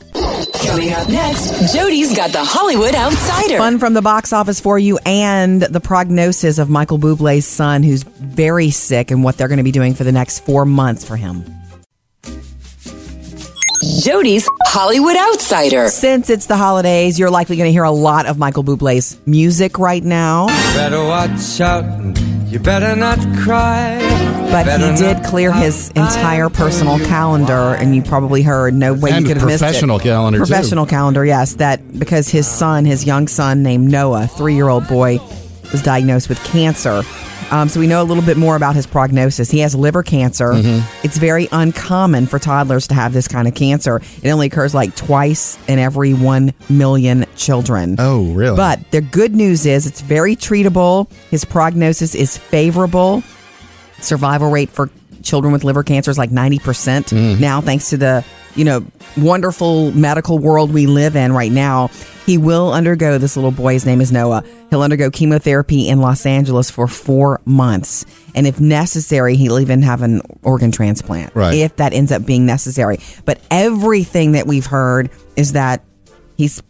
S4: Coming up next, Jody's got the Hollywood Outsider.
S2: Fun from the box office for you and the prognosis of Michael Bublé's son who's very sick and what they're going to be doing for the next 4 months for him.
S4: Jody's Hollywood Outsider.
S2: Since it's the holidays, you're likely going to hear a lot of Michael Bublé's music right now,
S5: Better watch out. and You better not cry.
S2: but
S5: Better
S2: he did
S5: not
S2: clear his
S5: cry.
S2: entire personal calendar and you probably heard no way
S3: And
S2: you could have missed it.
S3: professional calendar, too.
S2: Professional calendar, yes, that because his son, his young son named Noah, 3-year-old boy was diagnosed with cancer. Um, so we know a little bit more about his prognosis. He has liver cancer.
S3: Mm-hmm.
S2: It's very uncommon for toddlers to have this kind of cancer. It only occurs like twice in every 1 million children.
S3: Oh, really?
S2: But the good news is it's very treatable. His prognosis is favorable. Survival rate for children with liver cancer is like 90%
S3: Mm.
S2: now thanks to the, you know, wonderful medical world we live in right now. He will undergo this little boy his name is Noah. He'll undergo chemotherapy in Los Angeles for 4 months and if necessary he'll even have an organ transplant
S3: Right.
S2: if that ends up being necessary. But everything that we've heard is that he's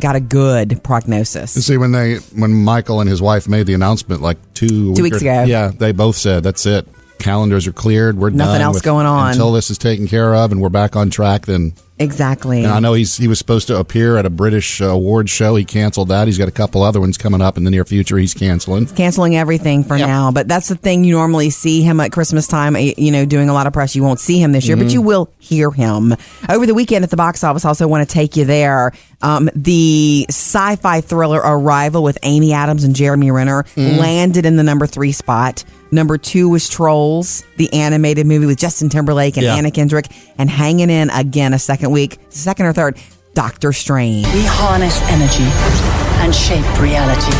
S2: got a good prognosis.
S3: [LAUGHS] See when they when Michael and his wife made the announcement like two
S2: Two
S3: week
S2: weeks
S3: or-
S2: ago.
S3: Yeah, they both said that's it. Calendars are cleared. We're
S2: Nothing
S3: done
S2: else
S3: with-
S2: going on."
S3: until this is taken care of and we're back on track. Then
S2: Exactly.
S3: and I know he's he was supposed to appear at a British uh, award show. He canceled that. He's got a couple other ones coming up in the near future. He's canceling.
S2: Canceling everything for now, but that's the thing you normally see him at Christmas time, eh, you know, doing a lot of press. You won't see him this year, but you will hear him. Over the weekend at the box office, I also want to take you there. Um, the sci fi thriller Arrival with Amy Adams and Jeremy Renner landed in the number three spot. Number two was Trolls, the animated movie with Justin Timberlake and
S3: Yeah.
S2: Anna Kendrick, and hanging in again a second week, second or third, Doctor Strange.
S10: We harness energy and shape reality.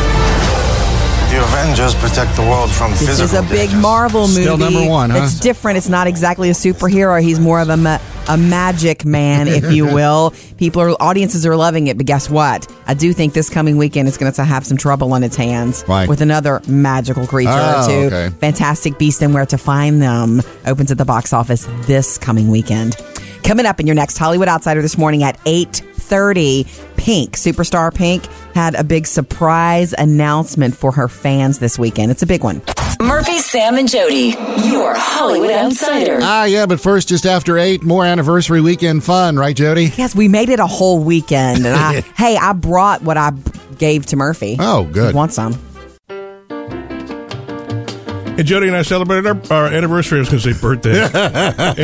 S11: The Avengers protect the world from
S2: This is a big Marvel movie.
S3: Still number one, huh?
S2: It's different. It's not exactly a superhero. He's more of a, ma- a magic man, if
S3: [LAUGHS]
S2: you will. People are audiences are loving it, but guess what? I do think this coming weekend is going to have some trouble on its hands
S3: Right.
S2: with another magical creature
S3: Oh,
S2: or two.
S3: okay.
S2: Fantastic Beast and Where to Find Them opens at the box office this coming weekend. Coming up in your next Hollywood Outsider this morning at 8.30, Pink, superstar Pink, had a big surprise announcement for her fans this weekend. It's a big one.
S4: Murphy, Sam, and Jody, your Hollywood Outsider.
S3: Ah, yeah, but first, just after eight, more anniversary weekend fun, right, Jody?
S2: [LAUGHS] Yes, we made it a whole weekend. And
S3: [LAUGHS]
S2: I, hey, I brought what I b- gave to Murphy.
S3: Oh, good.
S2: He wants some.
S1: And Jody and I celebrated our, our anniversary. I was going to say
S2: [LAUGHS]
S1: birthday.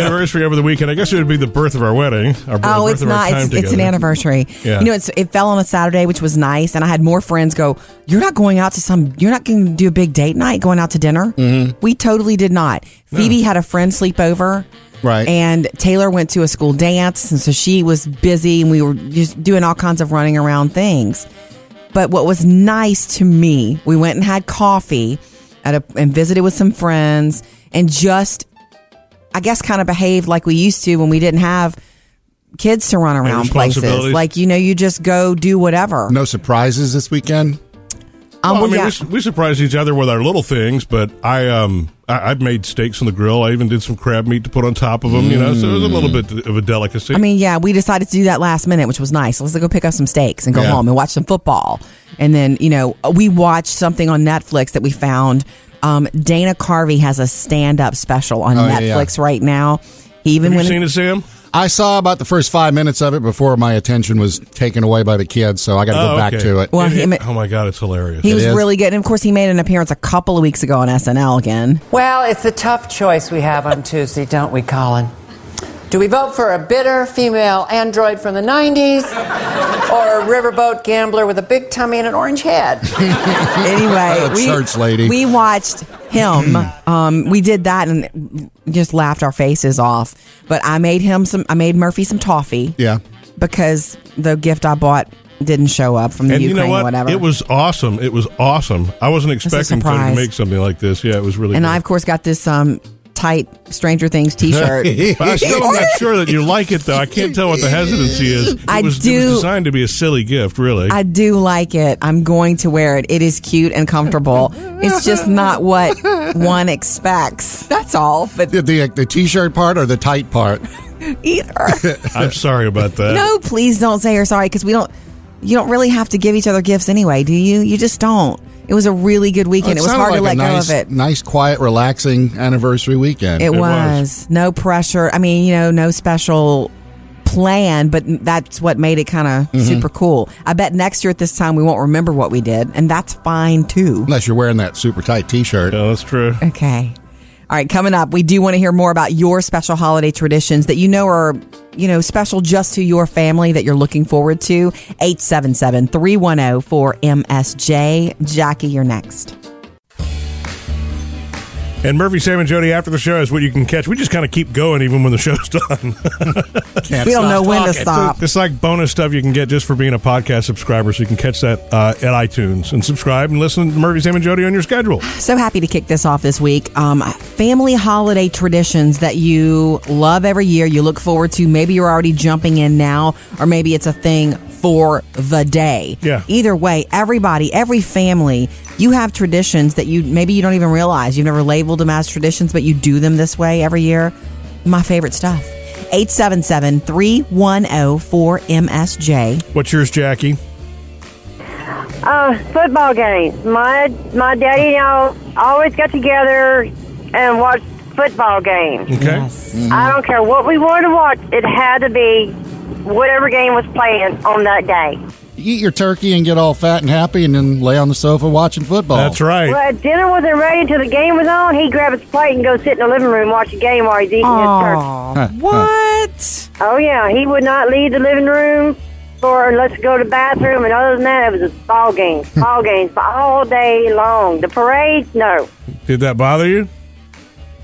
S1: anniversary over the weekend. I guess it would be the birth of our wedding. Our birth
S2: Oh,
S1: birth
S2: it's
S1: of our
S2: not.
S1: time
S2: It's, it's an
S1: together.
S2: anniversary.
S1: Yeah.
S2: You know, it's it fell on a Saturday, which was nice, and I had more friends go. You're not going out to some. You're not going to do a big date night, going out to dinner. Mm-hmm. We totally did not. Phoebe had a friend sleepover.
S3: Right.
S2: And Taylor went to a school dance, and so she was busy, and we were just doing all kinds of running around things. But what was nice to me, we went and had coffee at a, and visited with some friends, and just I guess kind of behaved like we used to when we didn't have kids to run around places.
S3: responsibilities.
S2: Like you know, you just go do whatever.
S3: No surprises this weekend?
S2: Um,
S1: Well, I
S2: well,
S1: mean,
S2: yeah.
S1: we, s- we surprised each other with our little things, but I um I, I made steaks on the grill. I even did some crab meat to put on top of them. You know, so it was a little bit of a delicacy.
S2: I mean, yeah, we decided to do that last minute, which was nice. Let's go pick up some steaks and go
S1: Yeah.
S2: home and watch some football. And then, you know, we watched something on Netflix that we found. Um, Dana Carvey has a stand up special on
S3: Oh, yeah, yeah.
S2: Netflix right now. He even went in-
S1: Sam?
S3: I saw about the first five minutes of it before my attention was taken away by the kids, so I got to go
S1: Oh,
S3: back
S1: okay.
S3: to it.
S2: Well, him-
S1: oh my god, it's hilarious.
S2: He was really good. And of course, he made an appearance a couple of weeks ago on SNL again.
S12: Well, it's a tough choice we have on Tuesday, don't we, Colin? Do we vote for a bitter female android from the 90s or a riverboat gambler with a big tummy and an orange head?
S2: [LAUGHS] anyway,
S3: A church lady. Hmm.
S2: We watched him. um, we did that and just laughed our faces off. But I made him some. I made Murphy some toffee.
S3: Yeah.
S2: Because the gift I bought didn't show up from the
S1: and you
S2: Ukraine,
S1: know
S2: or
S1: what?
S2: whatever.
S1: It was awesome. It was awesome. I wasn't
S2: was a
S1: expecting Cody to
S2: surprise.
S1: make something like this. Yeah, it was really.
S2: and
S1: good.
S2: I of course got this um tight Stranger
S3: [LAUGHS]
S2: Things T-shirt.
S1: [LAUGHS] But I still am not sure that you like it, though. I can't tell what the hesitancy is. It
S2: I
S1: was, It
S2: do-
S1: was designed to be a silly gift, really.
S2: I do like it. I'm going to wear it. It is cute and comfortable. It's just not
S3: [LAUGHS]
S2: what one expects. That's all. But
S3: the, the, the t shirt part or the tight part?
S2: Either.
S1: I'm sorry about that.
S2: No, please don't say you're sorry because we don't. You don't really have to give each other gifts anyway, do you? You just don't. It was a really good weekend. It, was
S3: sounded
S2: hard to
S3: like
S2: let
S3: a nice,
S2: go of it.
S3: Nice, quiet, relaxing anniversary weekend.
S2: It, was. no pressure. I mean, you know, no special plan, but that's what made it kind of
S3: Mhm.
S2: super cool. I bet next year at this time we won't remember what we did, and that's fine too.
S3: Unless you're wearing that super tight t shirt.
S1: Yeah, that's true.
S2: Okay. All right, coming up, we do want to hear more about your special holiday traditions that you know are, you know, special just to your family that you're looking forward to. 877-310-4MSJ. Jackie, you're next.
S1: And Murphy, Sam, and Jody after the show is what you can catch. We just kind of keep going even when the [LAUGHS] show's done.
S2: We don't stop know when to talking. stop.
S1: It's like bonus stuff you can get just for being a podcast subscriber. So you can catch that uh, at iTunes and subscribe and listen to Murphy, Sam, and Jody on your schedule.
S2: So happy to kick this off this week. Um, family holiday traditions that you love every year, you look forward to. Maybe you're already jumping in now, or maybe it's a thing for the day.
S13: Yeah.
S2: Either way, everybody, every family, you have traditions that you maybe you don't even realize. You've never labeled them as traditions, but you do them this way every year. My favorite stuff. 877 310 4MSJ.
S1: What's yours, Jackie?
S13: Uh, football games. My my daddy and I always got together and watched football games.
S1: Okay.
S2: Mm-hmm.
S13: I don't care what we wanted to watch; it had to be whatever game was playing on that day.
S3: You eat your turkey and get all fat and happy and then lay on the sofa watching football. That's
S2: Oh.
S1: right.
S13: Well, if dinner wasn't ready until the game was on. He'd grab his plate and go sit in the living room and watch the game while he's eating his turkey.
S2: What?
S13: Oh yeah, he would not leave the living room for let's go to the bathroom. And other than that, it was just ball games, ball games, all day long. The parades, no.
S1: Did that bother you?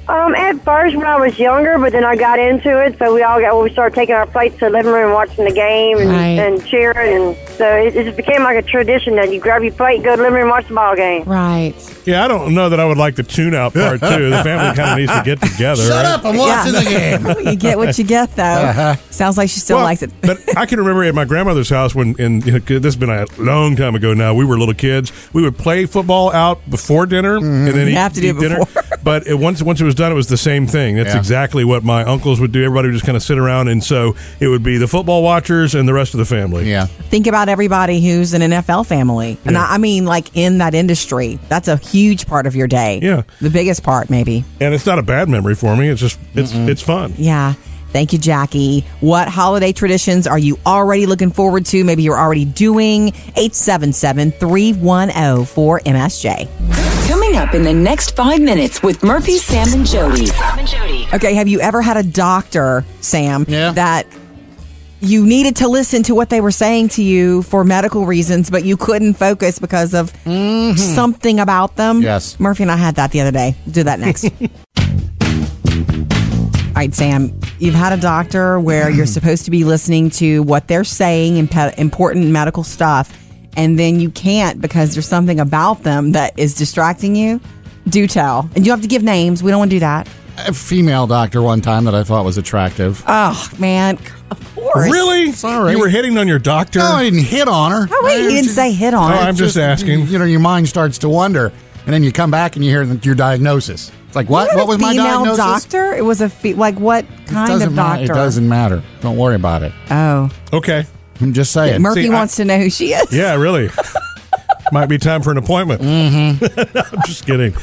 S13: Um, at first when I was younger, but then I got into it, so we all got we started taking our plates to the living room, and watching the game, and,
S2: Right.
S13: and cheering, and so it, it just became like a tradition that you grab your plate, go to the living room, and watch the ball game.
S2: Right.
S1: Yeah, I don't know that I would like the tune out
S3: [LAUGHS]
S1: part, [LAUGHS] too. The family kind of needs to get together.
S3: Shut
S1: right?
S3: up, I'm watching the
S1: [LAUGHS]
S2: [LAUGHS]
S3: game.
S2: you get what you get, though.
S1: Uh-huh.
S2: Sounds like she still
S1: Well,
S2: likes it.
S1: but I can remember at my grandmother's house when, and you know, 'cause this has been a long time ago now. We were little kids. We would play football out before dinner, and then
S2: You
S1: eat,
S2: Mm-hmm. have to do
S1: eat
S2: it
S1: dinner.
S2: before.
S1: [LAUGHS] But it, once once it was was done, it was the same thing. That's
S14: Yeah.
S1: exactly what my uncles would do. Everybody would just kind of sit around, and so it would be the football watchers and the rest of the family.
S3: Yeah.
S2: Think about everybody who's an NFL family. And
S1: Yeah.
S2: I, I mean, like in that industry, that's a huge part of your day.
S1: Yeah.
S2: The biggest part, maybe.
S1: And it's not a bad memory for me. It's just it's it's fun.
S2: Yeah. Thank you, Jackie. What holiday traditions are you already looking forward to? Maybe you're already doing 877 310 4MSJ.
S4: Coming up in the next five minutes with Murphy, Sam, and Jody.
S2: Okay, have you ever had a doctor, Sam, that you needed to listen to what they were saying to you for medical reasons, but you couldn't focus because of something about them?
S3: Yes.
S2: Murphy and I had that the other day. Do that next. All right, Sam, you've had a doctor where you're supposed to be listening to what they're saying, imp- important medical stuff, and then you can't because there's something about them that is distracting you. Do tell. And you have to give names. We don't want to do that.
S3: A female doctor one time that I thought was attractive.
S2: Oh man, of course.
S1: Really? Sorry. You were hitting on your doctor?
S3: No, I didn't hit on her.
S2: Oh wait, you didn't say hit on.
S3: No,
S2: her.
S3: asking. You know, your mind starts to wonder, and then you come back and you hear your diagnosis. It's like, what?
S2: What,
S3: What was my
S2: female
S3: diagnosis?
S2: doctor? It was a fe- like what kind
S3: doesn't
S2: of
S3: ma-
S2: doctor?
S3: it doesn't matter. Don't worry about it.
S2: Oh.
S1: Okay.
S3: I'm just saying.
S2: Murphy wants to know who she is.
S1: Yeah, really. Might be time for an appointment. [LAUGHS] Mm-hmm. I'm just kidding.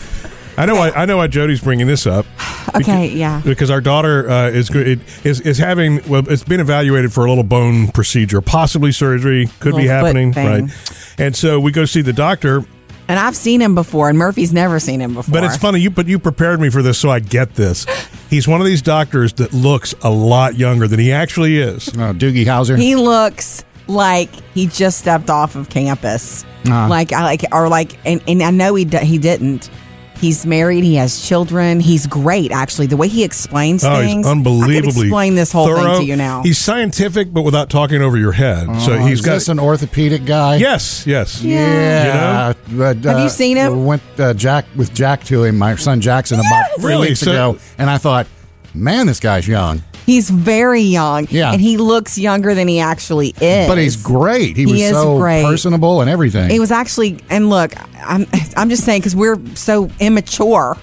S1: I know. Why, I know why Jody's bringing this up.
S2: [LAUGHS] Okay, yeah.
S1: Because our daughter uh, is go- it- is is having well, it's been evaluated for a little bone procedure, possibly surgery, could be
S2: Little foot
S1: happening,
S2: thing.
S1: right? And so we go see the doctor.
S2: And I've seen him before, and Murphy's never seen him before.
S1: But it's funny you but you prepared me for this, so I get
S2: [LAUGHS]
S1: this. He's one of these doctors that looks a lot younger than he actually is.
S3: Oh, Doogie Howser.
S2: He looks like he just stepped off of campus.
S1: Uh-huh.
S2: Like I like or like and, and I know he d- he didn't. He's married. He has children. He's great, actually. The way he explains
S1: Oh,
S2: things,
S1: he's
S2: I could
S1: unbelievably.
S2: explain this whole
S1: thorough.
S2: thing to you now.
S1: He's scientific, but without talking over your head. so
S3: Oh,
S1: he's
S3: is
S1: got
S3: this an orthopedic
S1: [LAUGHS]
S3: guy?
S1: Yes, yes.
S3: Yeah. But,
S2: Have you seen him?
S3: Went uh, Jack with Jack to him, my son Jackson, about three
S1: Really?
S3: weeks
S1: So-
S3: ago, and I thought, man, this guy's young.
S2: He's very young.
S3: Yeah.
S2: And he looks younger than he actually is.
S3: But he's great. He,
S2: He
S3: was
S2: is
S3: so
S2: great.
S3: personable and everything.
S2: It was actually, and look, I'm I'm just saying because we're so immature.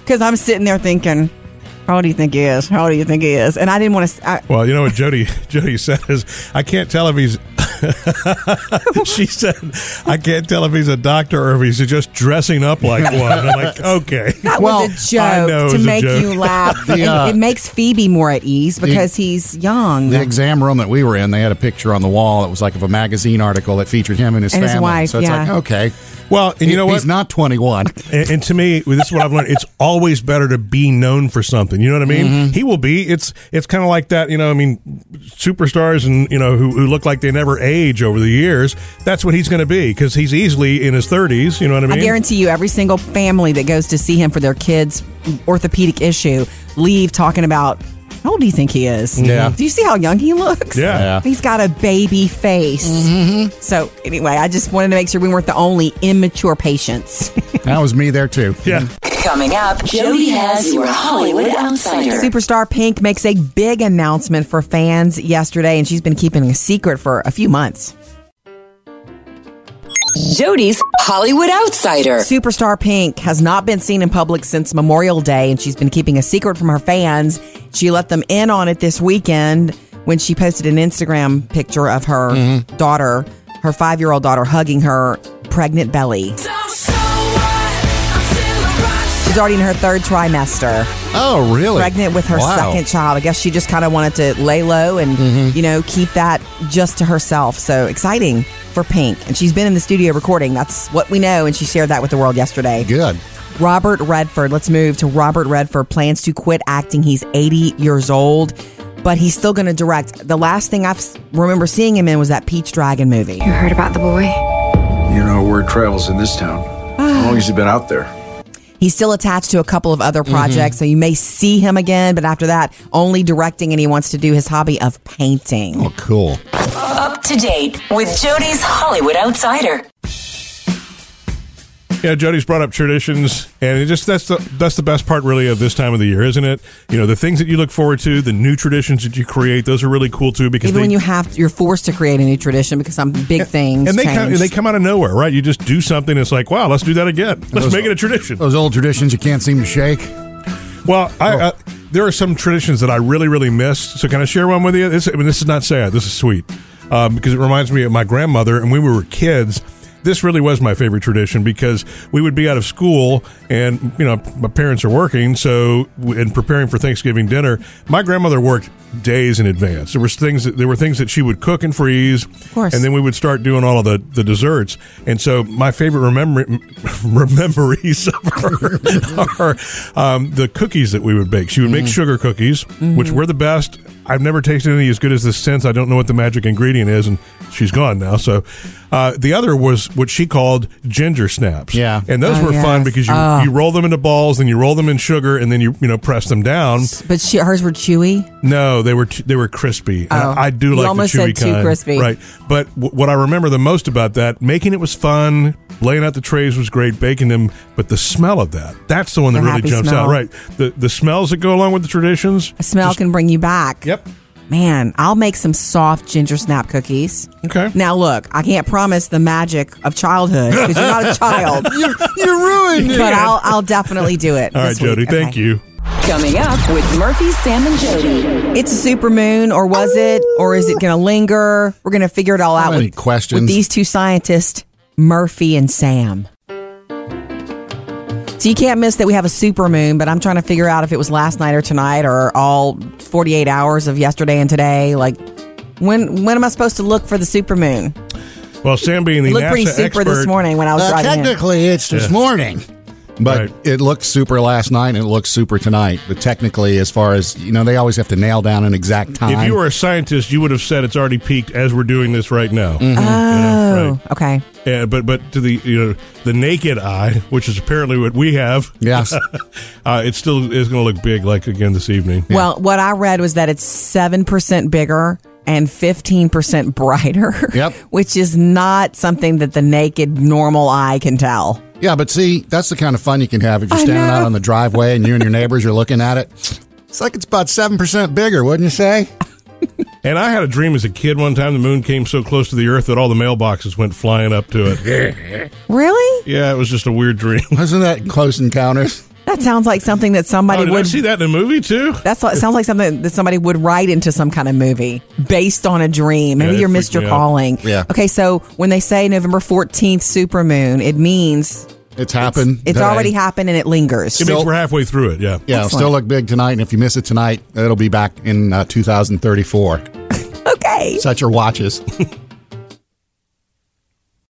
S2: Because I'm sitting there thinking, how old do you think he is? How old do you think he is? And I didn't want to.
S1: Well, you know what Jody [LAUGHS] Jody said is I can't tell if he's. [LAUGHS] she said, "I can't tell if he's a doctor or if he's just dressing up
S2: [LAUGHS]
S1: like one." I'm like, okay,
S2: That was a
S1: I know it
S2: joke to
S1: was a
S2: make
S1: joke.
S2: you
S3: [LAUGHS]
S2: laugh.
S3: The,
S2: And
S3: uh,
S2: it makes Phoebe more at ease because he's young.
S3: the exam room that we were in, they had a picture on the wall that was like of a magazine article that featured him and his
S2: And his
S3: family.
S2: wife,
S3: so it's
S2: yeah.
S3: like, okay.
S1: Well, and you know what?
S3: He's not
S2: [LAUGHS]
S3: 21.
S1: And, and to me, this is what I've learned. It's always better to be known for something. You know what I mean?
S2: Mm-hmm.
S1: He will be. It's it's kind of like that. You know, I mean, superstars and you know who, who look like they never age over the years. That's what he's going to be because he's easily in his thirties. You know what I mean?
S2: I guarantee you, every single family that goes to see him for their kids' orthopedic issue leave talking about how old do you think he is?
S1: Yeah.
S2: Do you see how young he looks?
S1: Yeah. Mm-hmm. Yeah.
S2: He's got a baby face. So anyway, I just wanted to make sure we weren't the only immature
S1: [LAUGHS]
S2: patients.
S3: that was me there too.
S1: Yeah.
S4: Coming up, Jody has your Hollywood Outsider.
S2: Superstar Pink makes a big announcement for fans yesterday, and she's been keeping a secret for a few months.
S4: Jody's Hollywood Outsider.
S2: Superstar Pink has not been seen in public since Memorial Day, and she's been keeping a secret from her fans. She let them in on it this weekend when she posted an Instagram picture of her daughter, her five year old daughter, hugging her pregnant belly. She's already in her third trimester.
S3: Oh, really?
S2: Pregnant with her
S3: Wow.
S2: second child. I guess she just kind of wanted to lay low and, you know, keep that just to herself. So exciting for Pink. And she's been in the studio recording. That's what we know. And she shared that with the world yesterday.
S3: Good.
S2: Robert Redford. Let's move to Robert Redford. Plans to quit acting. He's 80 years old, but he's still going to direct. The last thing I have remember seeing him in was that Peach Dragon movie. You heard about the boy?
S8: You know, word travels in this town. How long has he been out there?
S2: He's still attached to a couple of other projects,
S1: Mm-hmm.
S2: so you may see him again, but after that, only directing, and he wants to do his hobby of painting. Oh,
S3: cool.
S4: Up to date with Jody's Hollywood Outsider.
S1: Yeah, Jody's brought up traditions, and it just that's the that's the best part, really, of this time of the year, isn't it? You know, the things that you look forward to, the new traditions that you create, those are really cool too. Because
S2: Even when
S1: they,
S2: you have, you're forced to create a new tradition because some big things
S1: and they
S2: change.
S1: come, they come out of nowhere, right? You just do something, it's like, wow, let's do that again. Let's
S3: Those-
S1: make it a tradition.
S3: Those old traditions you can't seem to shake.
S1: Well, I, uh, there are some traditions that I really, really missed. So can I share one with you? This, I mean, this is not sad. This is sweet um, because it reminds me of my grandmother. And when we were kids, this really was my favorite tradition because we would be out of school and you know my parents are working so and preparing for thanksgiving dinner my grandmother worked days in advance there was things that there were things that she would cook and freeze of
S14: course.
S1: and then we would start doing all of the, the desserts and so my favorite remember [LAUGHS] memories of her are um, the cookies that we would bake she would
S2: Mm-hmm.
S1: make
S14: Mhm.
S1: sugar cookies which
S14: Mhm.
S1: were the best i've never tasted any as good as this since i don't know what the magic ingredient is and she's gone now so uh, the other was what she called ginger snaps yeah and those
S2: Oh,
S1: were fun
S2: yes.
S1: because you,
S2: Oh.
S1: you roll them into balls then you roll them in sugar and then you you know press them down
S2: But she, hers were chewy.
S1: no, they were t- they were crispy. And
S2: Oh.
S1: I, I do
S2: You
S1: like
S2: almost
S1: the chewy
S2: said too
S1: kind,
S2: crispy.
S1: right? But w- what I remember the most about that, making it was fun. Laying out the trays was great. Baking them, but the smell of that—that's the one that
S2: The
S1: really
S2: happy
S1: jumps out,
S2: smell.
S1: right? The the smells that go along with the traditions.
S2: A smell can bring you back. [LAUGHS]
S1: Yep.
S2: Man, I'll make some soft ginger snap cookies.
S1: Okay.
S2: Now look, I can't promise the magic of childhood
S1: [LAUGHS]
S2: because you're not a child.
S3: you, you ruined
S2: but I'll I'll definitely do it.
S1: All right,
S2: this
S1: Jody,
S2: week.
S1: thank
S2: Okay.
S1: you.
S4: Coming up with Murphy, Sam, and Jody.
S2: It's a supermoon, or was it? Or is it going to linger? We're going to figure it all out
S3: many
S2: with,
S3: questions?
S2: with these two scientists, Murphy and Sam. So you can't miss that we have a supermoon, but I'm trying to figure out if it was last night or tonight or all 48 hours of yesterday and today. Like, when when am I supposed to look for the supermoon?
S1: Well, Sam being the
S2: It looked pretty
S1: NASA
S2: super this
S1: expert-
S2: morning when I was
S3: Uh,
S2: driving. in.
S3: technically, it's this
S1: Yeah.
S3: morning. But it looked super last night and it looks super tonight. But technically, as far as, you know, they always have to nail down an exact time.
S1: If you were a scientist, you would have said it's already peaked as we're doing this right now.
S2: Mm.
S1: You know, Mm-hmm. right.
S2: Oh, okay.
S1: Yeah, but but to the you know the naked eye, which is apparently what we have. [LAUGHS]
S3: Yes,
S1: uh, it still is going to look big like again this evening.
S2: Well, what I read was that it's 7% bigger and 15% [LAUGHS] brighter.
S3: Yep.
S2: Which is not something that the naked normal eye can tell.
S3: Yeah, but see, that's the kind of fun you can have if you're
S2: I
S3: standing out
S2: know.
S3: on the driveway and you and your neighbors are looking at it. It's like it's about 7% bigger, wouldn't you say?
S1: And I had a dream as a kid one time the moon came so close to the Earth that all the mailboxes went flying up to it.
S2: Really?
S1: yeah, it was just a weird dream.
S3: Wasn't that Close Encounters.
S2: That sounds like something that somebody
S1: Oh, did I
S2: would
S1: see that in a movie too?
S2: That's what sounds like something that somebody would write into some kind of movie based on a dream. Maybe
S1: Yeah,
S2: you're
S1: that freaked
S2: Mr.
S1: me out.
S2: Calling.
S1: Yeah.
S2: Okay, so when they say November 14th supermoon, it means
S3: It's happened.
S2: it's
S3: today.
S2: already happened and it lingers.
S1: It means we're halfway through it. Yeah.
S3: Yeah, it'll
S2: Excellent.
S3: still look big tonight. And if you miss it tonight, it'll be back in uh, 2034.
S2: okay.
S3: Set your watches.